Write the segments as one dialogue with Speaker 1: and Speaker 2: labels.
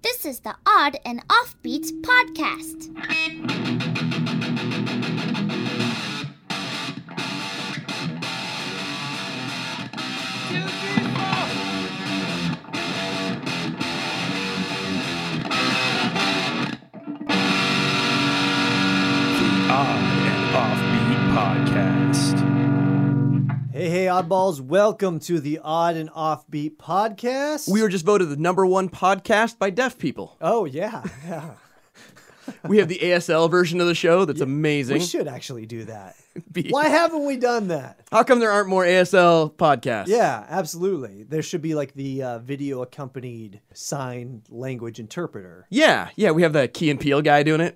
Speaker 1: This is the Odd and Offbeats podcast.
Speaker 2: Odd and Offbeat Podcast.
Speaker 3: Hey, hey, oddballs, welcome to the Odd and Offbeat podcast.
Speaker 4: We were just voted the number one podcast by deaf people.
Speaker 3: Oh, yeah. yeah.
Speaker 4: We have the ASL version of the show that's amazing.
Speaker 3: We should actually do that.
Speaker 4: Be-
Speaker 3: Why haven't we done that?
Speaker 4: How come there aren't more ASL podcasts?
Speaker 3: Yeah, absolutely. There should be like the uh, video accompanied sign language interpreter.
Speaker 4: Yeah, yeah, we have that Key and Peel guy doing it.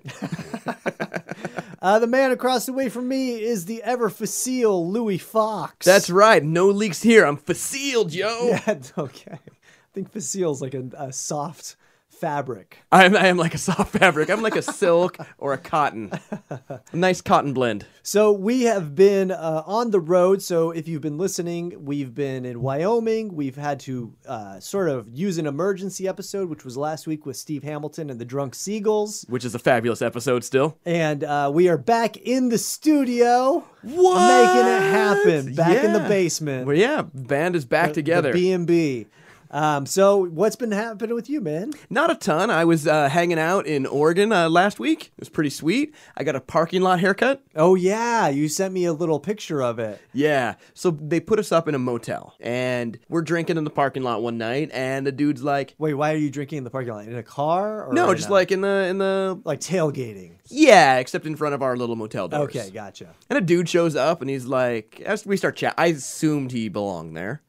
Speaker 3: Uh, the man across the way from me is the ever facile Louis Fox.
Speaker 4: That's right. No leaks here. I'm facealed, yo.
Speaker 3: Yeah, okay. I think facile's like a, a soft fabric.
Speaker 4: I'm, I am like a soft fabric. I'm like a silk or a cotton. A nice cotton blend.
Speaker 3: So we have been uh, on the road. So if you've been listening, we've been in Wyoming. We've had to uh, sort of use an emergency episode, which was last week with Steve Hamilton and the Drunk Seagulls.
Speaker 4: Which is a fabulous episode still.
Speaker 3: And uh, we are back in the studio, making it happen.
Speaker 4: What?
Speaker 3: Back in the
Speaker 4: Yeah.
Speaker 3: basement,
Speaker 4: Well, yeah, band is back together.
Speaker 3: B and B. Um, so what's been happening with you, man?
Speaker 4: Not a ton. I was uh, hanging out in Oregon uh, last week. It was pretty sweet. I got a parking lot haircut.
Speaker 3: Oh yeah, you sent me a little picture of it.
Speaker 4: Yeah. So they put us up in a motel and we're drinking in the parking lot one night and the dude's like,
Speaker 3: Wait, why are you drinking in the parking lot? In a car? Or
Speaker 4: "No,
Speaker 3: in
Speaker 4: just
Speaker 3: a-
Speaker 4: like in the in the
Speaker 3: like tailgating.
Speaker 4: yeah, except in front of our little motel doors."
Speaker 3: Okay, gotcha.
Speaker 4: And a dude shows up and he's like, as we start chat, I assumed he belonged there.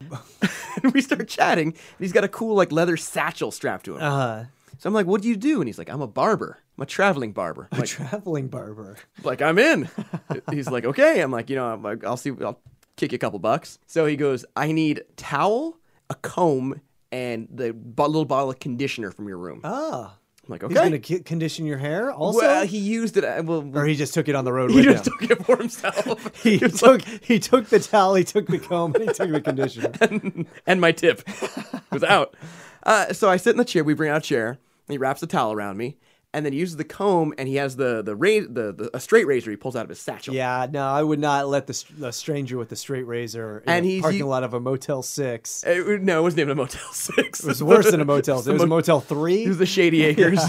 Speaker 4: and we start chatting and he's got a cool like leather satchel strapped to him.
Speaker 3: Uh huh.
Speaker 4: so I'm like, "What do you do?" And he's like, "I'm a barber. I'm a traveling barber." I'm like,
Speaker 3: traveling barber.
Speaker 4: like I'm in. He's like, okay. I'm like, you know, I'm like, I'll see. I'll kick you a couple bucks. So he goes, I need towel, a comb, and the bo- little bottle of conditioner from your room. I'm
Speaker 3: Ah,
Speaker 4: like,
Speaker 3: he's
Speaker 4: okay.
Speaker 3: gonna ki- condition your hair also,
Speaker 4: well, he used it. uh, Well,
Speaker 3: or he just took it on the road
Speaker 4: he
Speaker 3: with
Speaker 4: just
Speaker 3: him.
Speaker 4: took it for himself.
Speaker 3: he
Speaker 4: He was
Speaker 3: took he took the towel, he took the comb, and he took the conditioner.
Speaker 4: like, and my tip was out. Uh, so I sit in the chair. We bring out a chair. And he wraps the towel around me, and then he uses the comb, and he has the the, ra- the the a straight razor he pulls out of his satchel.
Speaker 3: Yeah, no, I would not let the, str- the stranger with the straight razor in
Speaker 4: And
Speaker 3: the
Speaker 4: he's-
Speaker 3: parking
Speaker 4: he-
Speaker 3: lot of a Motel Six. It
Speaker 4: It- no, it wasn't even a Motel Six. It
Speaker 3: was worse than a Motel. It was a
Speaker 4: mo-
Speaker 3: Motel
Speaker 4: It was
Speaker 3: Three.
Speaker 4: the Shady Acres.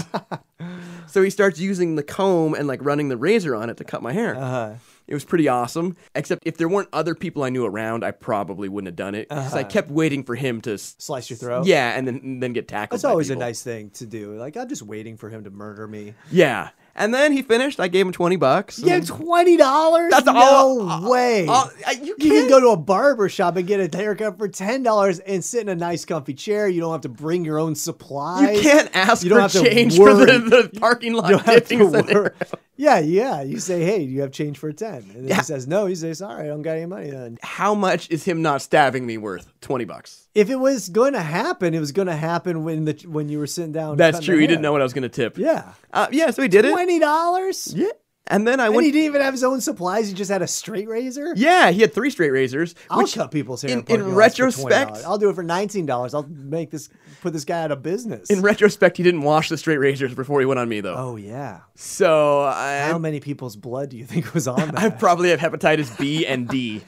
Speaker 4: so he starts using the comb and like running the razor on it to cut my hair. Uh-huh. It was pretty awesome. Except if there weren't other people I knew around, I probably wouldn't have done it because
Speaker 3: Uh-huh.
Speaker 4: I kept waiting for him to. s-
Speaker 3: Slice your throat.
Speaker 4: Yeah, and then and then get tackled.
Speaker 3: That's
Speaker 4: by
Speaker 3: always
Speaker 4: people.
Speaker 3: a nice thing to do. Like I'm just waiting for him to murder me. Mm.
Speaker 4: Yeah, and then he finished. I gave him twenty bucks.
Speaker 3: Yeah,
Speaker 4: and-
Speaker 3: twenty dollars.
Speaker 4: That's
Speaker 3: no
Speaker 4: all-
Speaker 3: way.
Speaker 4: all- I- you
Speaker 3: You can
Speaker 4: can't-
Speaker 3: go to a barber shop and get a haircut for ten dollars and sit in a nice, comfy chair. You don't have to bring your own supplies.
Speaker 4: you can't ask
Speaker 3: You don't have
Speaker 4: for
Speaker 3: to
Speaker 4: change for
Speaker 3: worry.
Speaker 4: the, the parking lot.
Speaker 3: You don't have to
Speaker 4: tipping center.
Speaker 3: work. Yeah, yeah. You say, "Hey, do you have change for 10? And then he says, "No." He says, "All right, I don't got any money." Then,
Speaker 4: How much is him not stabbing me worth? Twenty bucks.
Speaker 3: if it was going to happen, it was going to happen when the when you were sitting down.
Speaker 4: That's
Speaker 3: cutting
Speaker 4: true.
Speaker 3: the
Speaker 4: He didn't
Speaker 3: hair.
Speaker 4: know what I was gonna tip.
Speaker 3: Yeah,
Speaker 4: Uh, yeah. So he did it.
Speaker 3: twenty dollars.
Speaker 4: Yeah. And then I
Speaker 3: And
Speaker 4: went.
Speaker 3: he didn't even have his own supplies. He just had a straight razor.
Speaker 4: Yeah, he had three straight razors.
Speaker 3: I'll
Speaker 4: which-
Speaker 3: cut people's hair
Speaker 4: in-
Speaker 3: in, parking
Speaker 4: in
Speaker 3: lots for
Speaker 4: retrospect-
Speaker 3: $20. I'll do it for nineteen dollars. I'll make this put this guy out of business.
Speaker 4: in retrospect, he didn't wash the straight razors before he went on me though.
Speaker 3: oh yeah.
Speaker 4: So
Speaker 3: How
Speaker 4: I,
Speaker 3: many people's blood do you think was on
Speaker 4: I
Speaker 3: that?
Speaker 4: probably have hepatitis B and D.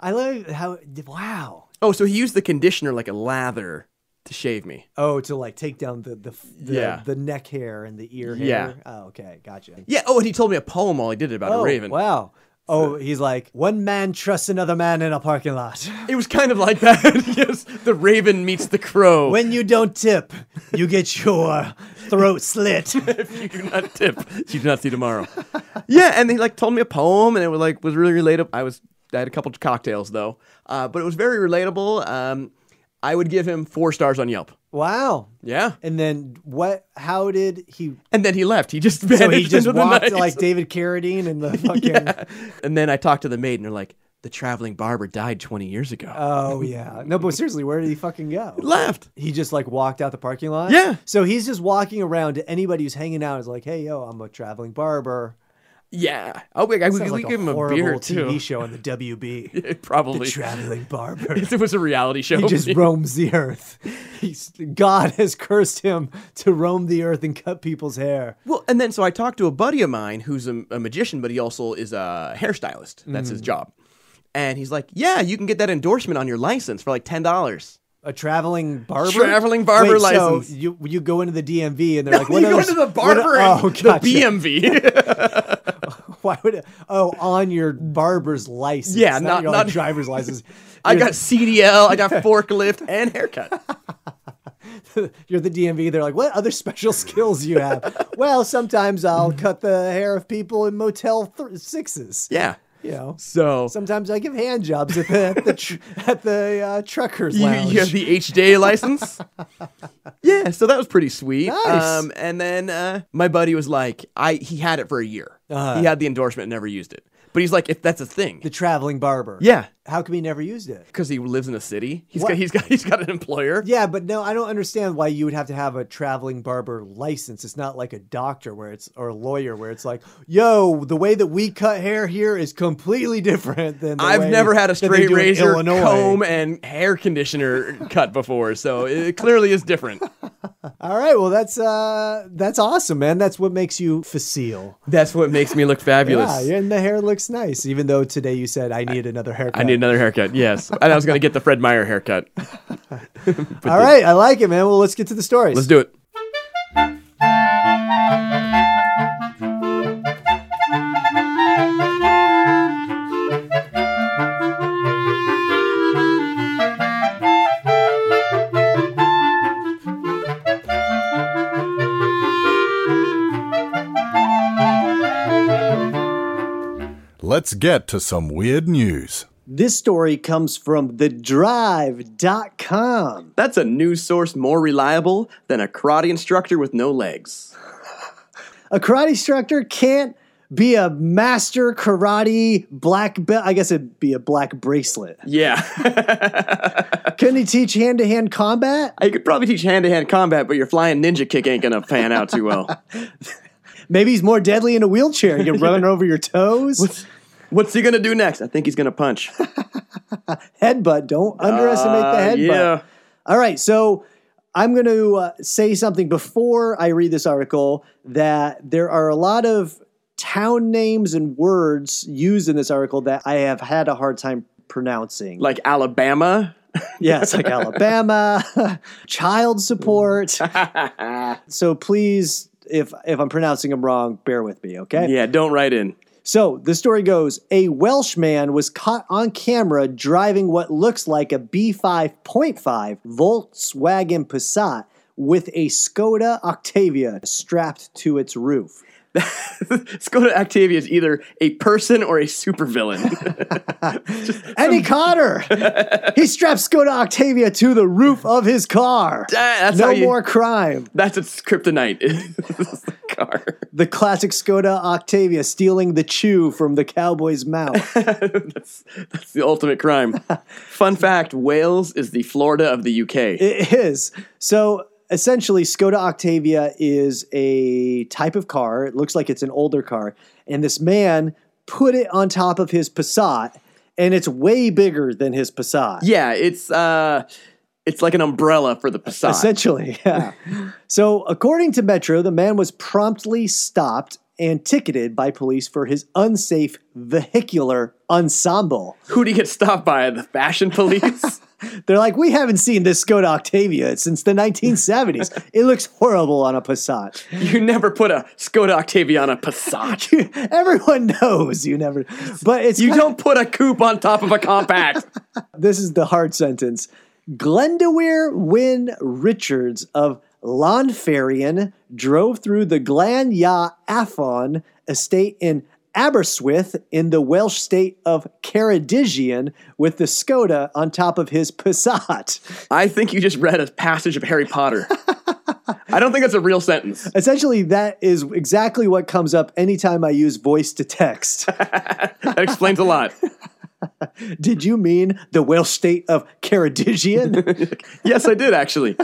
Speaker 3: I love how wow.
Speaker 4: Oh, so he used the conditioner like a lather to shave me.
Speaker 3: Oh, to like take down the the the,
Speaker 4: Yeah.
Speaker 3: the neck hair and the ear hair.
Speaker 4: Yeah.
Speaker 3: Oh, okay, gotcha.
Speaker 4: Yeah. Oh, and he told me a poem while he did it about
Speaker 3: oh,
Speaker 4: a raven.
Speaker 3: Wow. Oh, he's like one man trusts another man in a parking lot.
Speaker 4: It was kind of like that. yes, the raven meets the crow.
Speaker 3: When you don't tip, you get your throat slit.
Speaker 4: if you do not tip, you do not see tomorrow. yeah, and he like told me a poem, and it was like was really relatable. I was I had a couple cocktails though, uh, but it was very relatable. Um, I would give him four stars on Yelp.
Speaker 3: Wow.
Speaker 4: Yeah,
Speaker 3: And then what? How did he?
Speaker 4: and then he left. He just
Speaker 3: So he
Speaker 4: vanished
Speaker 3: just
Speaker 4: into the
Speaker 3: walked
Speaker 4: night.
Speaker 3: like David Carradine and the fucking.
Speaker 4: yeah. And then I talked to the maid, and they're like, "The traveling barber died 20 years ago."
Speaker 3: Oh yeah. No, but seriously, where did he fucking go?
Speaker 4: left.
Speaker 3: He just like walked out the parking lot.
Speaker 4: Yeah.
Speaker 3: So he's just walking around to anybody who's hanging out. Is like, hey, yo, I'm a traveling barber.
Speaker 4: Yeah. Oh, I would, I would
Speaker 3: Sounds like
Speaker 4: give him a
Speaker 3: horrible
Speaker 4: beer
Speaker 3: TV
Speaker 4: too.
Speaker 3: show on the WB. The
Speaker 4: Probably.
Speaker 3: traveling barber.
Speaker 4: If it was a reality show.
Speaker 3: He just roams the earth. He's, God has cursed him to roam the earth and cut people's hair.
Speaker 4: Well, and then so I talked to a buddy of mine who's a, a magician, but he also is a hairstylist. That's
Speaker 3: Mm.
Speaker 4: his job. And he's like, "Yeah, you can get that endorsement on your license for like ten dollars."
Speaker 3: A traveling barber.
Speaker 4: Traveling barber
Speaker 3: Wait, so
Speaker 4: license.
Speaker 3: you you go into the DMV and they're like, what
Speaker 4: you go
Speaker 3: other-
Speaker 4: to the
Speaker 3: what-
Speaker 4: barber and
Speaker 3: oh, gotcha.
Speaker 4: the BMV.
Speaker 3: Why would? Oh, on your barber's license.
Speaker 4: Yeah, not-
Speaker 3: your,
Speaker 4: not-
Speaker 3: like, driver's license.
Speaker 4: I
Speaker 3: You're-
Speaker 4: got CDL, I got forklift, and haircut.
Speaker 3: You're the DMV. They're like, what other special skills you have? well, sometimes I'll cut the hair of people in Motel th- Sixes.
Speaker 4: Mm-hmm. Yeah.
Speaker 3: You know.
Speaker 4: So
Speaker 3: Sometimes I give hand jobs at the at the, tr- at the uh, truckers
Speaker 4: you,
Speaker 3: lounge.
Speaker 4: you have the HJ license. yeah. So that was pretty sweet.
Speaker 3: Nice.
Speaker 4: Um, and then uh, my buddy was like, "I he had it for a year.
Speaker 3: Uh-huh.
Speaker 4: He had the endorsement, and never used it. But he's like, if that's a thing,
Speaker 3: The traveling barber.
Speaker 4: yeah,
Speaker 3: How come he never used it?
Speaker 4: because he lives in a city. He's
Speaker 3: What?
Speaker 4: got he's got he's got an employer.
Speaker 3: Yeah, but no, I don't understand why you would have to have a traveling barber license. It's not like a doctor where it's or a lawyer where it's like, yo, the way that we cut hair here is completely different than the
Speaker 4: I've
Speaker 3: way
Speaker 4: never had a
Speaker 3: that they
Speaker 4: straight
Speaker 3: do in
Speaker 4: razor,
Speaker 3: Illinois.
Speaker 4: comb, and hair conditioner cut before, so it clearly is different.
Speaker 3: All right, well that's uh that's awesome, man. That's what makes you facile.
Speaker 4: That's what makes me look
Speaker 3: Yeah,
Speaker 4: fabulous.
Speaker 3: and the hair looks nice, even though today you said I need another haircut.
Speaker 4: I need another haircut. Yes, and I was gonna get the Fred Meyer haircut.
Speaker 3: All right, I like it, man. Well, let's get to the stories.
Speaker 4: Let's do it.
Speaker 5: Let's get to some weird news.
Speaker 3: This story comes from thedrive.com.
Speaker 4: That's a news source more reliable than a karate instructor with no legs.
Speaker 3: A karate instructor can't be a master karate black belt. I guess it'd be a black bracelet.
Speaker 4: Yeah,
Speaker 3: Can he teach hand to hand combat?
Speaker 4: I could probably teach hand-to-hand combat, but your flying ninja kick ain't gonna pan out too well.
Speaker 3: Maybe he's more deadly in a wheelchair. He can run over your toes.
Speaker 4: What's he gonna do next? I think he's gonna punch.
Speaker 3: Headbutt. Don't underestimate
Speaker 4: Uh,
Speaker 3: the headbutt.
Speaker 4: yeah.
Speaker 3: All right, so I'm going to uh, say something before I read this article that there are a lot of town names and words used in this article that I have had a hard time pronouncing.
Speaker 4: like Alabama.
Speaker 3: yeah, it's like Alabama, child support. so please if if I'm pronouncing them wrong, bear with me, okay?
Speaker 4: Yeah, don't write in.
Speaker 3: So the story goes a Welshman was caught on camera driving what looks like a B5.5 Volkswagen Passat with a Skoda Octavia strapped to its roof.
Speaker 4: Skoda Octavia is either a person or a supervillain.
Speaker 3: And he caught her. he strapped Skoda Octavia to the roof of his car.
Speaker 4: That's how
Speaker 3: no
Speaker 4: you-
Speaker 3: more crime.
Speaker 4: That's its kryptonite. It's the car.
Speaker 3: The classic Skoda Octavia stealing the chew from the cowboy's mouth.
Speaker 4: That's, that's the ultimate crime. Fun fact Wales is the Florida of the UK.
Speaker 3: It is. So essentially, Skoda Octavia is a type of car. It looks like it's an older car. And this man put it on top of his Passat, and it's way bigger than his Passat.
Speaker 4: yeah, it's uh, it's like an umbrella for the Passat.
Speaker 3: Essentially, yeah. so, according to Metro, the man was promptly stopped and ticketed by police for his unsafe vehicular ensemble.
Speaker 4: Who do you get stopped by? The fashion police?
Speaker 3: They're like, we haven't seen this Skoda Octavia since the 1970s. it looks horrible on a Passat.
Speaker 4: you never put a Skoda Octavia on a Passat.
Speaker 3: Everyone knows you never, but it's
Speaker 4: You
Speaker 3: kind
Speaker 4: don't put a coupe on top of a compact.
Speaker 3: of- this is the hard sentence. Glendewere Wynne Richards of Lonfarian drove through the Glan Ya Afon estate in Aberystwyth in the Welsh state of Ceredigion with the Skoda on top of his Passat.
Speaker 4: I think you just read a passage of Harry Potter. I don't think that's a real sentence.
Speaker 3: Essentially, that is exactly what comes up anytime I use voice to text.
Speaker 4: That explains a lot.
Speaker 3: Did you mean the Welsh state of Ceredigion?
Speaker 4: Yes, I did actually,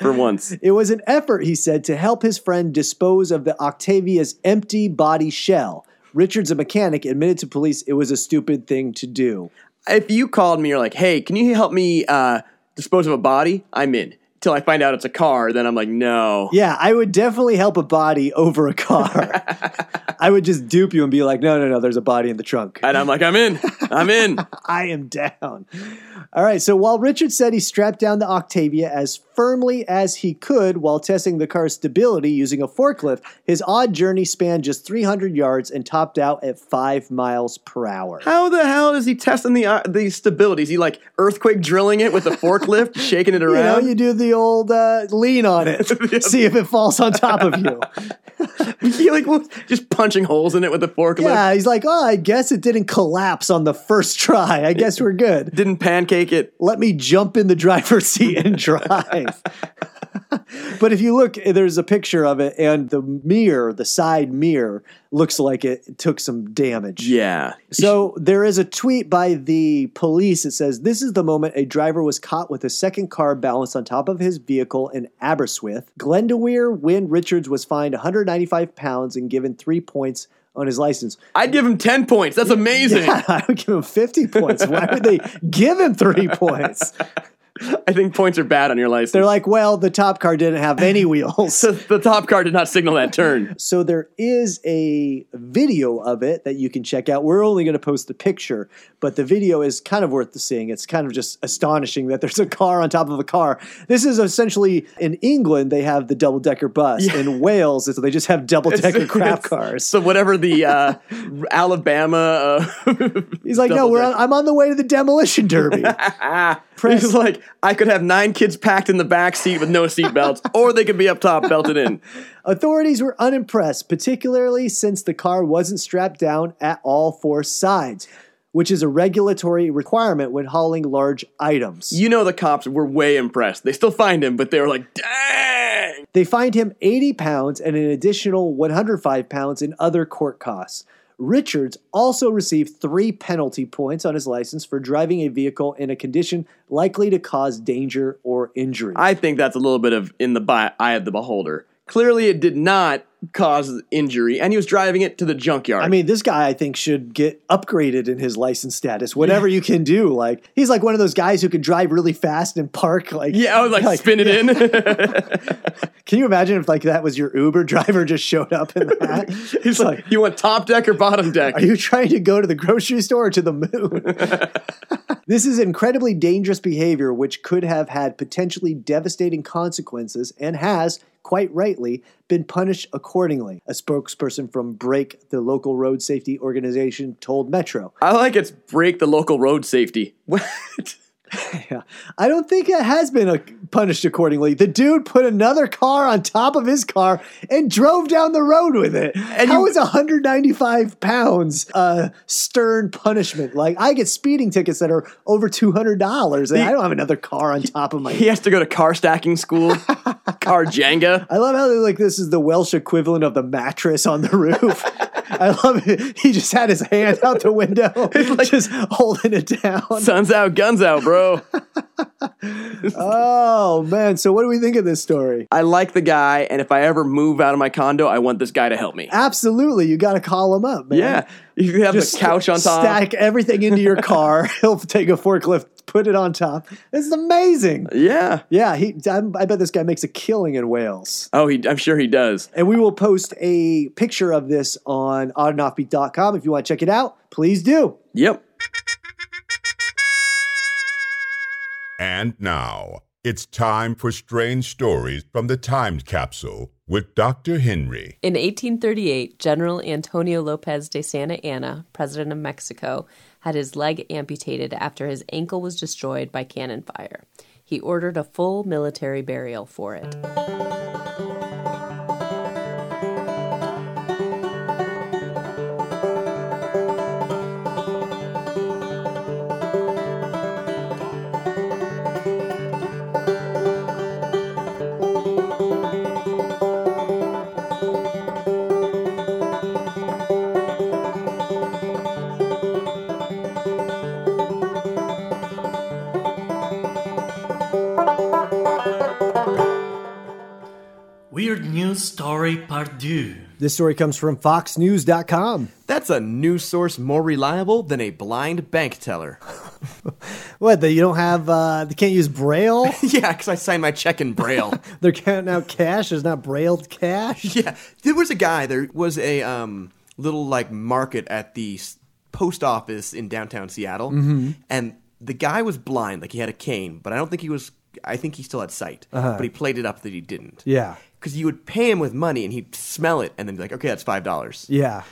Speaker 4: for once.
Speaker 3: It was an effort, he said, to help his friend dispose of the Octavia's empty body shell. Richards, a mechanic, admitted to police it was a stupid thing to do.
Speaker 4: If you called me, you're like, hey, can you help me uh, dispose of a body? I'm in. Until I find out it's a car, then I'm like, no.
Speaker 3: Yeah, I would definitely help a body over a car. I would just dupe you and be like, no, no, no, there's a body in the trunk.
Speaker 4: And I'm like, I'm in. I'm in.
Speaker 3: I am down. All right. So while Richard said he strapped down the Octavia as firmly as he could while testing the car's stability using a forklift, his odd journey spanned just 300 yards and topped out at five miles per hour.
Speaker 4: How the hell is he testing the uh, the stability? Is he like earthquake drilling it with a forklift, shaking it
Speaker 3: You know,
Speaker 4: around?
Speaker 3: you do the old uh, lean on it, see if it falls on top of you.
Speaker 4: he like was just punching holes in it with a forklift.
Speaker 3: Yeah, he's like, oh, I guess it didn't collapse on the first try. I guess we're good.
Speaker 4: Didn't pancake it.
Speaker 3: let me jump in the driver's seat and drive. but if you look, there's a picture of it, and the mirror, the side mirror, looks like it took some damage.
Speaker 4: Yeah.
Speaker 3: So there is a tweet by the police that says this is the moment a driver was caught with a second car balanced on top of his vehicle in Aberystwyth. Glendewere when Richards was fined 195 pounds and given three points on his license.
Speaker 4: I'd give him 10 points. That's amazing.
Speaker 3: I would give him 50 points. Why would they give him three points?
Speaker 4: I think points are bad on your license.
Speaker 3: They're like, well, the top car didn't have any wheels.
Speaker 4: So the top car did not signal that turn.
Speaker 3: so there is a video of it that you can check out. We're only going to post the picture, but the video is kind of worth seeing. It's kind of just astonishing that there's a car on top of a car. This is essentially in England, they have the double decker bus. In Wales, it's, they just have double decker crap cars.
Speaker 4: So whatever the uh, Alabama, uh,
Speaker 3: He's like, no, we're on, I'm on the way to the demolition derby. Press-
Speaker 4: he's like, I could have nine kids packed in the back seat with no seat belts, or they could be up top belted in.
Speaker 3: Authorities were unimpressed, particularly since the car wasn't strapped down at all four sides, which is a regulatory requirement when hauling large items.
Speaker 4: You know the cops were way impressed. They still find him, but they were like, dang.
Speaker 3: they fined him 80 pounds and an additional 105 pounds in other court costs. Richards also received three penalty points on his license for driving a vehicle in a condition likely to cause danger or injury.
Speaker 4: I think that's a little bit of in the bi- eye of the beholder. Clearly, it did not cause injury, and he was driving it to the junkyard.
Speaker 3: I mean, this guy I think should get upgraded in his license status. Whatever you can do, like he's like one of those guys who can drive really fast and park. Like,
Speaker 4: yeah, I was like, spin it
Speaker 3: Can you imagine if like that was your Uber driver just showed up in that?
Speaker 4: in. he's like, you want top deck or bottom deck?
Speaker 3: Are you trying to go to the grocery store or to the moon? this is incredibly dangerous behavior, which could have had potentially devastating consequences and has, quite rightly, been punished accordingly, a spokesperson from Break, the local road safety organization, told Metro.
Speaker 4: I like it's break the local road safety. What?
Speaker 3: Yeah. I don't think it has been uh, punished accordingly. The dude put another car on top of his car and drove down the road with it.
Speaker 4: And
Speaker 3: How
Speaker 4: you-
Speaker 3: is 195 pounds uh, stern punishment? Like, I get speeding tickets that are over $200, and I don't have another car on top of my.
Speaker 4: He has to go to car stacking school, car Jenga.
Speaker 3: I love how they're like this is the Welsh equivalent of the mattress on the roof. I love it. He just had his hand out the window, just holding it down.
Speaker 4: Sun's out, guns out, bro.
Speaker 3: Oh man! So, what do we think of this story?
Speaker 4: I like the guy, and if I ever move out of my condo, I want this guy to help me.
Speaker 3: Absolutely, you got to call him up, man.
Speaker 4: Yeah, you can have a couch on top.
Speaker 3: Stack everything into your car. He'll take a forklift, put it on top. This is amazing.
Speaker 4: Yeah.
Speaker 3: Yeah, he. I, I bet this guy makes a killing in Wales.
Speaker 4: Oh, he, I'm sure he does.
Speaker 3: And we will post a picture of this on oddandoffbeat.com if you want to check it out. Please do.
Speaker 4: Yep.
Speaker 6: And now, it's time for Strange Stories from the Time Capsule with Dr. Henry.
Speaker 7: In 1838, General Antonio Lopez de Santa Anna, president of Mexico, had his leg amputated after his ankle was destroyed by cannon fire. He ordered a full military burial for it.
Speaker 8: story part deux.
Speaker 3: This story comes from FoxNews.com.
Speaker 4: That's a news source more reliable than a blind bank teller.
Speaker 3: What? They, you don't have? Uh, they can't use Braille.
Speaker 4: yeah, because I sign my check in braille.
Speaker 3: They're counting out cash. There's not brailled cash.
Speaker 4: yeah, there was a guy. There was a um, little like market at the s- post office in downtown Seattle,
Speaker 3: Mm-hmm.
Speaker 4: and the guy was blind. Like he had a cane, but I don't think he was. I think he still had sight, but he played it up that he didn't.
Speaker 3: Uh-huh. Yeah.
Speaker 4: because you would pay him with money, and he'd smell it, and then be like, "Okay, that's five dollars."
Speaker 3: Yeah.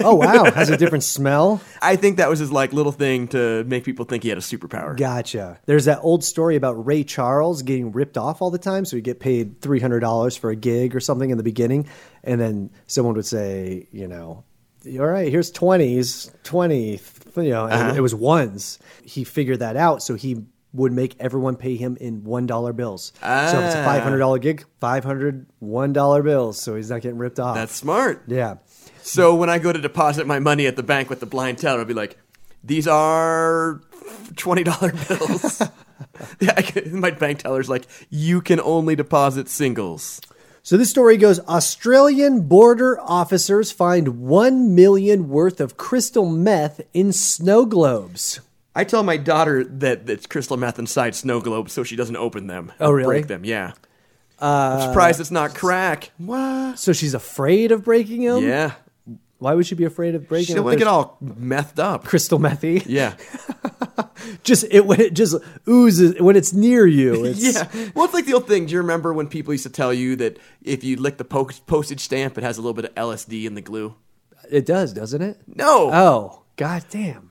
Speaker 3: Oh wow, has a different smell.
Speaker 4: I think that was his like little thing to make people think he had a superpower.
Speaker 3: Gotcha. There's that old story about Ray Charles getting ripped off all the time. So he'd get paid $300 for a gig or something in the beginning. And then someone would say, you know, all right, here's 20s, 20, you know, and it was ones. He figured that out. So he would make everyone pay him in $1 bills. So if it's a $500 gig, 500 $1 bills. So he's not getting ripped off.
Speaker 4: That's smart.
Speaker 3: yeah.
Speaker 4: So when I go to deposit my money at the bank with the blind teller, I'll be like, "These are twenty dollar bills." yeah, I could- my bank teller's like, "You can only deposit singles."
Speaker 3: So this story goes Australian border officers find 1 million worth of crystal meth in snow globes.
Speaker 4: I tell my daughter that it's crystal meth inside snow globes, so she doesn't open them.
Speaker 3: Oh,
Speaker 4: or
Speaker 3: really? Uh,
Speaker 4: Break them, yeah. I'm surprised it's not crack. What?
Speaker 3: So she's afraid of breaking them?
Speaker 4: Yeah,
Speaker 3: Why would she be afraid of breaking
Speaker 4: she
Speaker 3: them?
Speaker 4: don't want to
Speaker 3: They're
Speaker 4: get all methed up.
Speaker 3: crystal methy.
Speaker 4: Yeah,
Speaker 3: Just it when it just oozes when it's near you. It's,
Speaker 4: yeah. Well, it's like the old thing. Do you remember when people used to tell you that if you lick the po- postage stamp, it has a little bit of LSD in the glue?
Speaker 3: It does, doesn't it?
Speaker 4: No.
Speaker 3: Oh, god damn.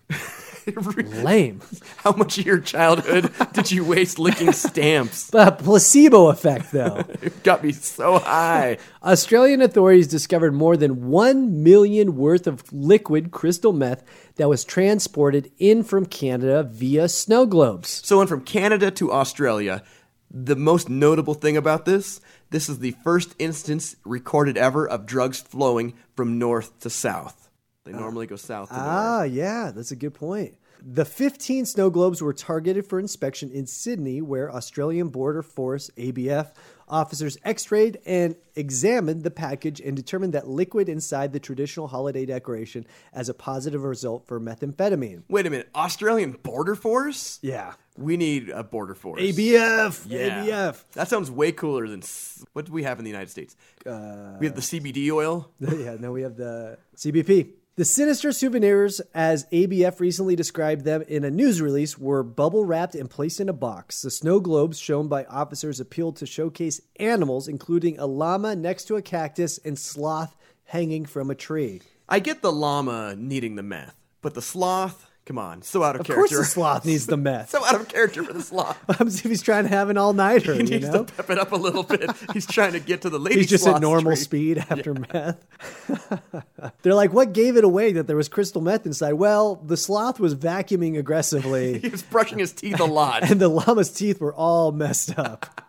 Speaker 3: Lame.
Speaker 4: How much of your childhood did you waste licking stamps?
Speaker 3: But placebo effect though.
Speaker 4: It got me so high.
Speaker 3: Australian authorities discovered more than 1 million worth of liquid crystal meth that was transported in from Canada via snow globes.
Speaker 4: So, went from Canada to Australia. The most notable thing about this this is the first instance recorded ever of drugs flowing from north to south. They normally go south to north.
Speaker 3: Ah, yeah, that's a good point. The 15 snow globes were targeted for inspection in Sydney, where Australian Border Force ABF officers x rayed and examined the package and determined that liquid inside the traditional holiday decoration as a positive result for methamphetamine.
Speaker 4: Wait a minute. Australian Border Force?
Speaker 3: Yeah.
Speaker 4: We need a Border Force.
Speaker 3: ABF!
Speaker 4: Yeah.
Speaker 3: ABF!
Speaker 4: That sounds way cooler than s- what do we have in the United States? we have the CBD oil.
Speaker 3: yeah, now we have the CBP. The sinister souvenirs, as ABF recently described them in a news release, were bubble wrapped and placed in a box. The snow globes shown by officers appealed to showcase animals, including a llama next to a cactus and sloth hanging from a tree.
Speaker 4: I get the llama needing the meth, but the sloth, come on, so out of,
Speaker 3: Of
Speaker 4: character.
Speaker 3: course, the sloth needs the meth.
Speaker 4: so out of character for the sloth.
Speaker 3: Comes if he's trying to have an all nighter,
Speaker 4: He
Speaker 3: you
Speaker 4: needs
Speaker 3: know?
Speaker 4: to pep it up a little bit. He's trying to get to the lady.
Speaker 3: He's just
Speaker 4: sloth
Speaker 3: at normal
Speaker 4: tree.
Speaker 3: speed after meth. They're like, what gave it away that there was crystal meth inside? Well, the sloth was vacuuming aggressively.
Speaker 4: He was brushing his teeth a lot.
Speaker 3: and the llama's teeth were all messed up.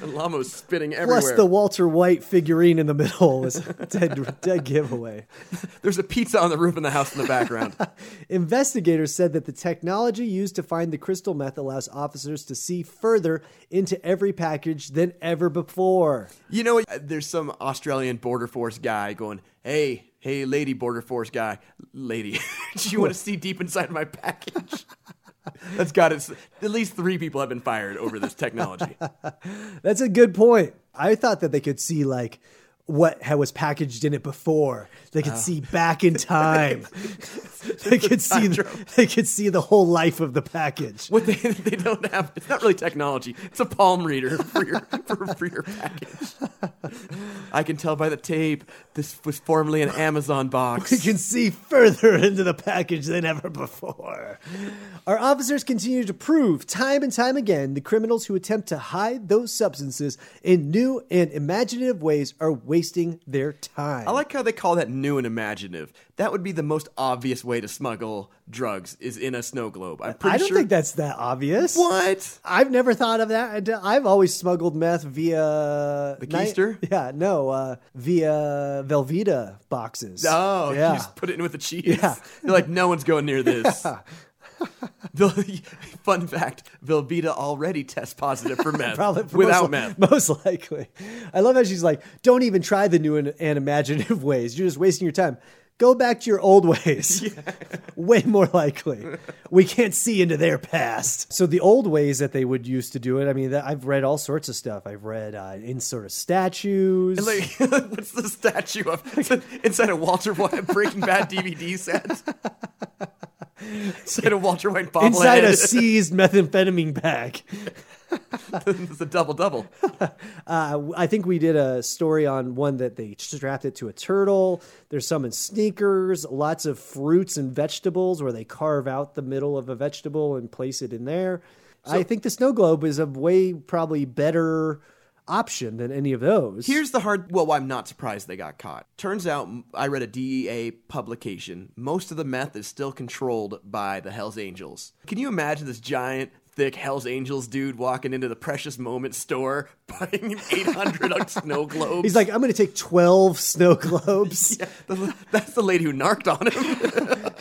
Speaker 4: the llama was spitting everywhere.
Speaker 3: Plus, the Walter White figurine in the middle was a dead, dead giveaway.
Speaker 4: There's a pizza on the roof in the house in the background.
Speaker 3: Investigators said that the technology used to find the crystal meth allows officers to see further into every package than ever before.
Speaker 4: you know, there's some Australian border force guy going, "Hey, hey, lady, border force guy, lady, do you want to see deep inside my package?" That's got it. At least three people have been fired over this technology.
Speaker 3: That's a good point. I thought that they could see, like, what had- was packaged in it before. They could see back in time. they could see the, they could see the whole life of the package.
Speaker 4: What they, they don't have, it's not really technology. It's a palm reader for your, for, for your package. I can tell by the tape, this was formerly an Amazon
Speaker 3: You
Speaker 4: box.
Speaker 3: can see further into the package than ever before. Our officers continue to prove time and time again the criminals who attempt to hide those substances in new and imaginative ways are wasting their time.
Speaker 4: I like how they call that new and imaginative. That would be the most obvious way to smuggle drugs is in a snow globe. I'm pretty
Speaker 3: I don't
Speaker 4: sure.
Speaker 3: think that's that obvious.
Speaker 4: What?
Speaker 3: I've never thought of that. I- I've always smuggled meth via the
Speaker 4: keister?
Speaker 3: yeah, no, uh, via Velveeta boxes.
Speaker 4: Oh, you
Speaker 3: yeah.
Speaker 4: just put it in with the cheese. You're like, no one's going near this. The- Fun fact: Velveeta already tests positive for meth
Speaker 3: Probably
Speaker 4: without
Speaker 3: most,
Speaker 4: meth.
Speaker 3: Most likely. I love how she's like, don't even try the new and, and imaginative ways. You're just wasting your time. Go back to your old ways. Way more likely. We can't see into their past. So the old ways that they would used to do it. I mean, that, I've read all sorts of stuff. I've read uh, insert of statues.
Speaker 4: And like, what's the statue of It's a- inside a Walter White Breaking Bad DVD set? inside a Walter White bobblehead.
Speaker 3: Inside a seized methamphetamine bag.
Speaker 4: it's a double double.
Speaker 3: Uh, I think we did a story on one that they strapped it to a turtle. There's some in sneakers, lots of fruits and vegetables where they carve out the middle of a vegetable and place it in there. I think the snow globe is a way probably better option than any of those.
Speaker 4: Here's the hard. Well, I'm not surprised they got caught. Turns out, m- I read a DEA publication. Most of the meth is still controlled by the Hell's Angels. Can you imagine this giant, thick Hell's Angels dude walking into the Precious Moments store buying an 800 snow globe?
Speaker 3: He's like, I'm going to take 12 snow globes.
Speaker 4: The- That's the lady who narked on him.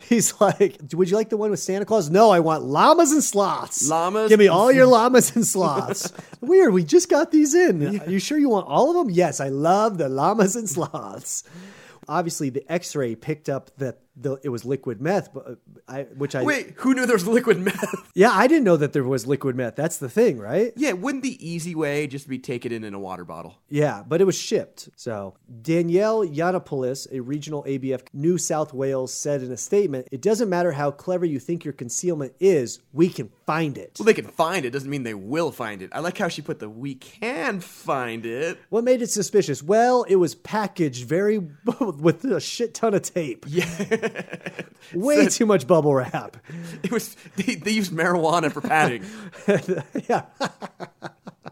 Speaker 3: He's like, Would you like the one with Santa Claus? No, I want llamas and sloths.
Speaker 4: Llamas
Speaker 3: Give me
Speaker 4: and
Speaker 3: all your llamas and sloths. Weird, we just got these in. Are you sure you want all of them? Yes, I love the llamas and sloths. Obviously, the x ray picked up that the, it was liquid meth, but uh, I, which I.
Speaker 4: Wait, who knew there was liquid meth?
Speaker 3: Yeah, I didn't know that there was liquid meth. That's the thing, right?
Speaker 4: Yeah, wouldn't the easy way just be take it in in a water bottle?
Speaker 3: Yeah, but it was shipped. So Danielle Yiannopoulos, a regional ABF New South Wales, said in a statement, "It doesn't matter how clever you think your concealment is, we can find it."
Speaker 4: Well, they can find it. Doesn't mean they will find it. I like how she put the "we can find it."
Speaker 3: What made it suspicious? Well, it was packaged very with a shit ton of tape. Yeah. Way too much bubble wrap.
Speaker 4: It was they, they used marijuana for padding.
Speaker 3: yeah.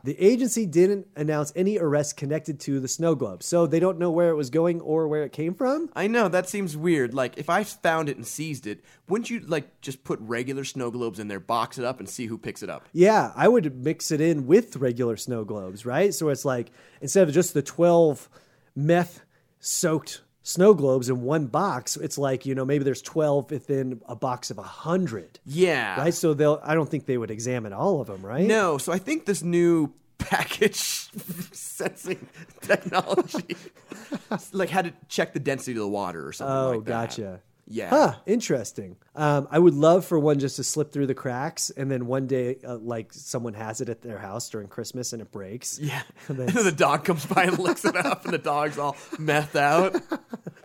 Speaker 3: the agency didn't announce any arrests connected to the snow globe, so they don't know where it was going or where it came from.
Speaker 4: I know that seems weird. Like if I found it and seized it, wouldn't you like just put regular snow globes in there, box it up, and see who picks it up?
Speaker 3: Yeah, I would mix it in with regular snow globes, right? So it's like instead of just the 12 meth soaked snow globes in one box, it's like, you know, maybe there's 12 within a box of 100.
Speaker 4: Yeah.
Speaker 3: right? So they'll. I don't think they would examine all of them, right?
Speaker 4: No. So I think this new package sensing technology, like how to check the density of the water or something.
Speaker 3: Oh,
Speaker 4: like that.
Speaker 3: gotcha.
Speaker 4: Yeah.
Speaker 3: Huh. Interesting. Um, I would love for one just to slip through the cracks, and then one day, uh, like someone has it at their house during Christmas, and it breaks.
Speaker 4: Yeah. And then the dog comes by and licks it up, and the dog's all methed out.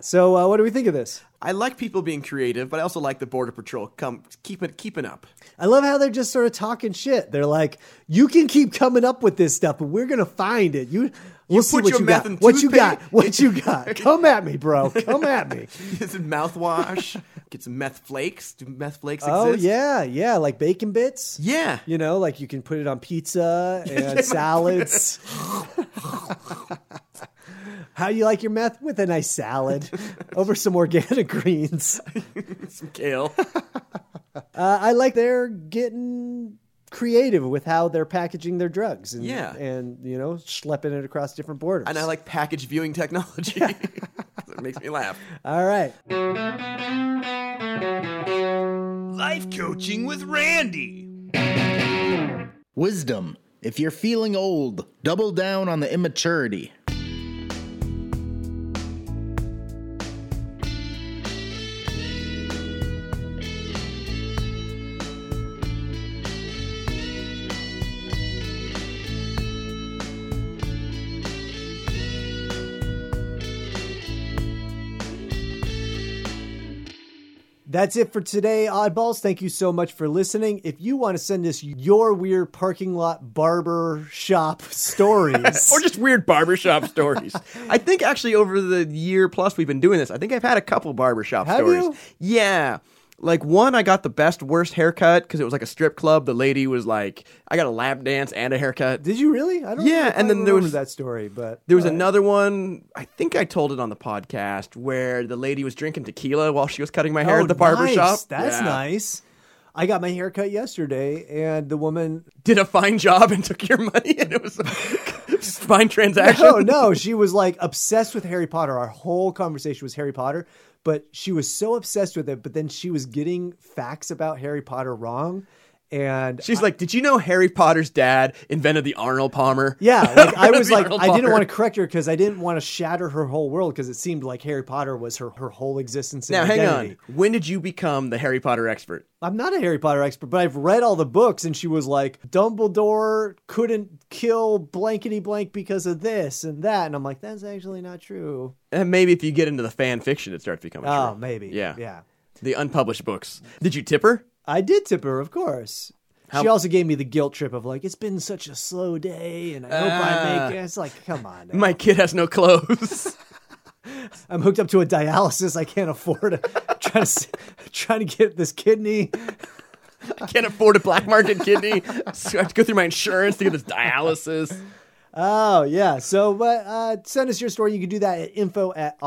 Speaker 3: So, uh, what do we think of this?
Speaker 4: I like people being creative, but I also like the border patrol come keeping keeping up.
Speaker 3: I love how they're just sort of talking shit. They're like, "You can keep coming up with this stuff, but we're gonna find it." You. We'll see
Speaker 4: put
Speaker 3: what
Speaker 4: your
Speaker 3: you
Speaker 4: meth
Speaker 3: got.
Speaker 4: in
Speaker 3: What you got?
Speaker 4: toothpaste?
Speaker 3: What you got? Come at me, bro. Come at me.
Speaker 4: Is it mouthwash? Get some meth flakes. Do meth flakes
Speaker 3: Oh
Speaker 4: exist?
Speaker 3: yeah, yeah, like bacon bits.
Speaker 4: Yeah.
Speaker 3: You know, like you can put it on pizza and salads. How you like your meth? With a nice salad over some organic greens.
Speaker 4: Some kale.
Speaker 3: Uh, I like they're getting creative with how they're packaging their drugs and,
Speaker 4: Yeah.
Speaker 3: and you know, schlepping it across different borders.
Speaker 4: and I like package viewing technology. it makes me laugh.
Speaker 3: All right.
Speaker 2: Life coaching with Randy.
Speaker 8: Wisdom. If you're feeling old, double down on the immaturity.
Speaker 3: That's it for today, Oddballs. Thank you so much for listening. If you want to send us your weird parking lot barber shop stories,
Speaker 4: Or just weird barbershop stories. I think actually over the year plus we've been doing this, I think I've had a couple barbershop
Speaker 3: Have
Speaker 4: stories.
Speaker 3: you?
Speaker 4: Yeah. Like one, I got the best worst haircut because it was like a strip club. The lady was like, "I got a lap dance and a haircut."
Speaker 3: Did you really? I don't.
Speaker 4: Yeah,
Speaker 3: I
Speaker 4: and then
Speaker 3: don't
Speaker 4: there was-
Speaker 3: remember that story, but
Speaker 4: There was another one, I think I told it on the podcast, where the lady was drinking tequila while she was cutting my hair
Speaker 3: Oh,
Speaker 4: at the barber
Speaker 3: nice.
Speaker 4: shop.
Speaker 3: That's
Speaker 4: Yeah.
Speaker 3: nice. I got my hair cut yesterday, and the woman
Speaker 4: Did a fine job and took your money, and it was fine transaction.
Speaker 3: No, Oh, no, she was like obsessed with Harry Potter. Our whole conversation was Harry Potter, but she was so obsessed with it. But then she was getting facts about Harry Potter wrong, and
Speaker 4: She's like, did you know Harry Potter's dad invented the Arnold Palmer?
Speaker 3: yeah, like I was
Speaker 4: The
Speaker 3: like,
Speaker 4: Arnold
Speaker 3: I didn't
Speaker 4: Palmer.
Speaker 3: want to correct her because I didn't want to shatter her whole world because it seemed like Harry Potter was her her whole existence. And
Speaker 4: Now, hang
Speaker 3: identity.
Speaker 4: on. When did you become the Harry Potter expert?
Speaker 3: I'm not a Harry Potter expert, but I've read all the books, and she was like, Dumbledore couldn't kill blankety blank because of this and that, and I'm like, that's actually not true.
Speaker 4: And Uh, maybe if you get into the fan fiction, it starts becoming
Speaker 3: Oh,
Speaker 4: true.
Speaker 3: maybe.
Speaker 4: Yeah.
Speaker 3: yeah.
Speaker 4: The unpublished books. Did you tip her?
Speaker 3: I did tip her, of course. she also gave me the guilt trip of like, it's been such a slow day, and I hope I make it. It's like, come on, now.
Speaker 4: Ah. My kid has no clothes.
Speaker 3: I'm hooked up to a dialysis I can't afford. I'm trying to s- trying to get this kidney.
Speaker 4: I can't afford a black market kidney. So I have to go through my insurance to get this dialysis.
Speaker 3: Oh yeah. So, but uh, send us your story. You can do that at info at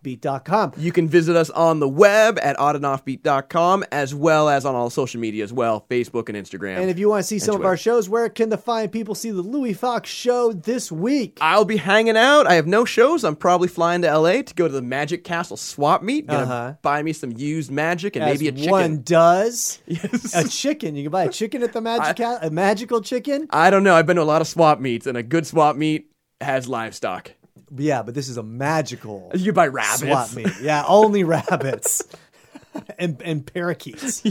Speaker 3: oddandoffbeat.com.
Speaker 4: You can visit us on the web at oddandoffbeat.com as well as on all social media as well, Facebook and Instagram.
Speaker 3: And if you want to see some of
Speaker 4: Twitter.
Speaker 3: our shows, where can the fine people see the Louis Fox show this week?
Speaker 4: I'll be hanging out. I have no shows. I'm probably flying to LA to go to the Magic Castle swap meet. Gonna
Speaker 3: Uh-huh.
Speaker 4: buy me some used magic and
Speaker 3: As
Speaker 4: maybe a chicken.
Speaker 3: one does
Speaker 4: Yes.
Speaker 3: a chicken. You can buy a chicken at the magic House- a magical chicken.
Speaker 4: I don't know. I've been to a lot of swap meets, and a good swap meet has livestock.
Speaker 3: Yeah, but this is a magical.
Speaker 4: You buy rabbits.
Speaker 3: Swap meet. Yeah, only rabbits and, and parakeets.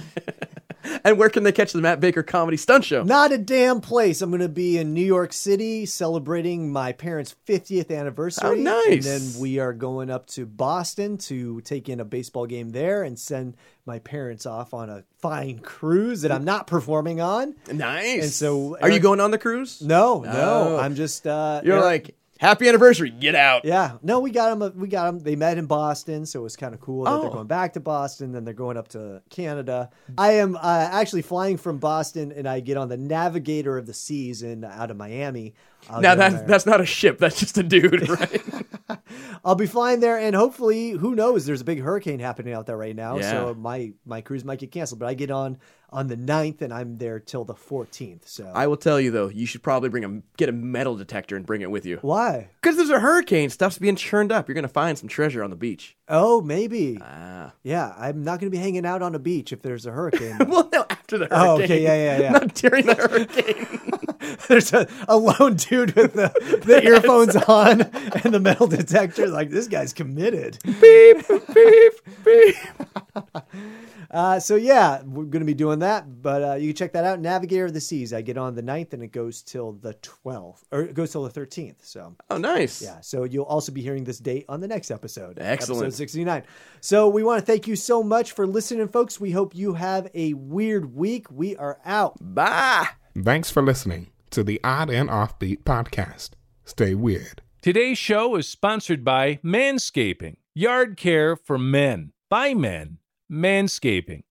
Speaker 4: And where can they catch the Matt Baker comedy stunt show?
Speaker 3: Not a damn place. I'm going to be in New York City celebrating my parents' 50th anniversary.
Speaker 4: Oh, nice.
Speaker 3: And then we are going up to Boston to take in a baseball game there and send my parents off on a fine cruise that I'm not performing on.
Speaker 4: Nice.
Speaker 3: And so-
Speaker 4: are you going on the cruise?
Speaker 3: No, no.
Speaker 4: Oh.
Speaker 3: I'm just. Uh,
Speaker 4: You're
Speaker 3: Eric-
Speaker 4: like, happy anniversary. Get out.
Speaker 3: Yeah, no, we got them. We got them. They met in Boston, so it was kind of cool that they're
Speaker 4: Oh.
Speaker 3: going back to Boston. Then they're going up to Canada. I am uh, actually flying from Boston, and I get on the Navigator of the Seas in out of Miami. I'll
Speaker 4: Now
Speaker 3: get on
Speaker 4: that's
Speaker 3: there.
Speaker 4: that's not a ship. That's just a dude, right?
Speaker 3: I'll be flying there, and hopefully, who knows? There's a big hurricane happening out there right now,
Speaker 4: Yeah.
Speaker 3: so my my cruise might get canceled. But I get on on the 9th, and I'm there till the fourteenth. So
Speaker 4: I will tell you though, you should probably bring a get a metal detector and bring it with you.
Speaker 3: why?
Speaker 4: Because there's a hurricane, stuff's being churned up. You're gonna find some treasure on the beach.
Speaker 3: Oh, maybe.
Speaker 4: Ah.
Speaker 3: yeah, I'm not going to be hanging out on a beach if there's a hurricane.
Speaker 4: Well, no, after the hurricane.
Speaker 3: Oh, okay, yeah, yeah, yeah.
Speaker 4: Not during the hurricane.
Speaker 3: There's a, a lone dude with the, the earphones on and the metal detector. Like, this guy's committed.
Speaker 4: beep, beep, beep.
Speaker 3: Uh, so, yeah, we're going to be doing that. But uh, you can check that out. Navigator of the Seas. I get on the 9th and it goes till the 12th, or it goes till the 13th. So,
Speaker 4: Oh, nice.
Speaker 3: yeah. So, you'll also be hearing this date on the next episode.
Speaker 4: Excellent.
Speaker 3: Episode 69. So, we want to thank you so much for listening, folks. We hope you have a weird week. We are out.
Speaker 4: Bye.
Speaker 9: Thanks for listening to the Odd and Offbeat podcast. Stay weird.
Speaker 10: Today's show is sponsored by Manscaping, yard care for men, by men, manscaping.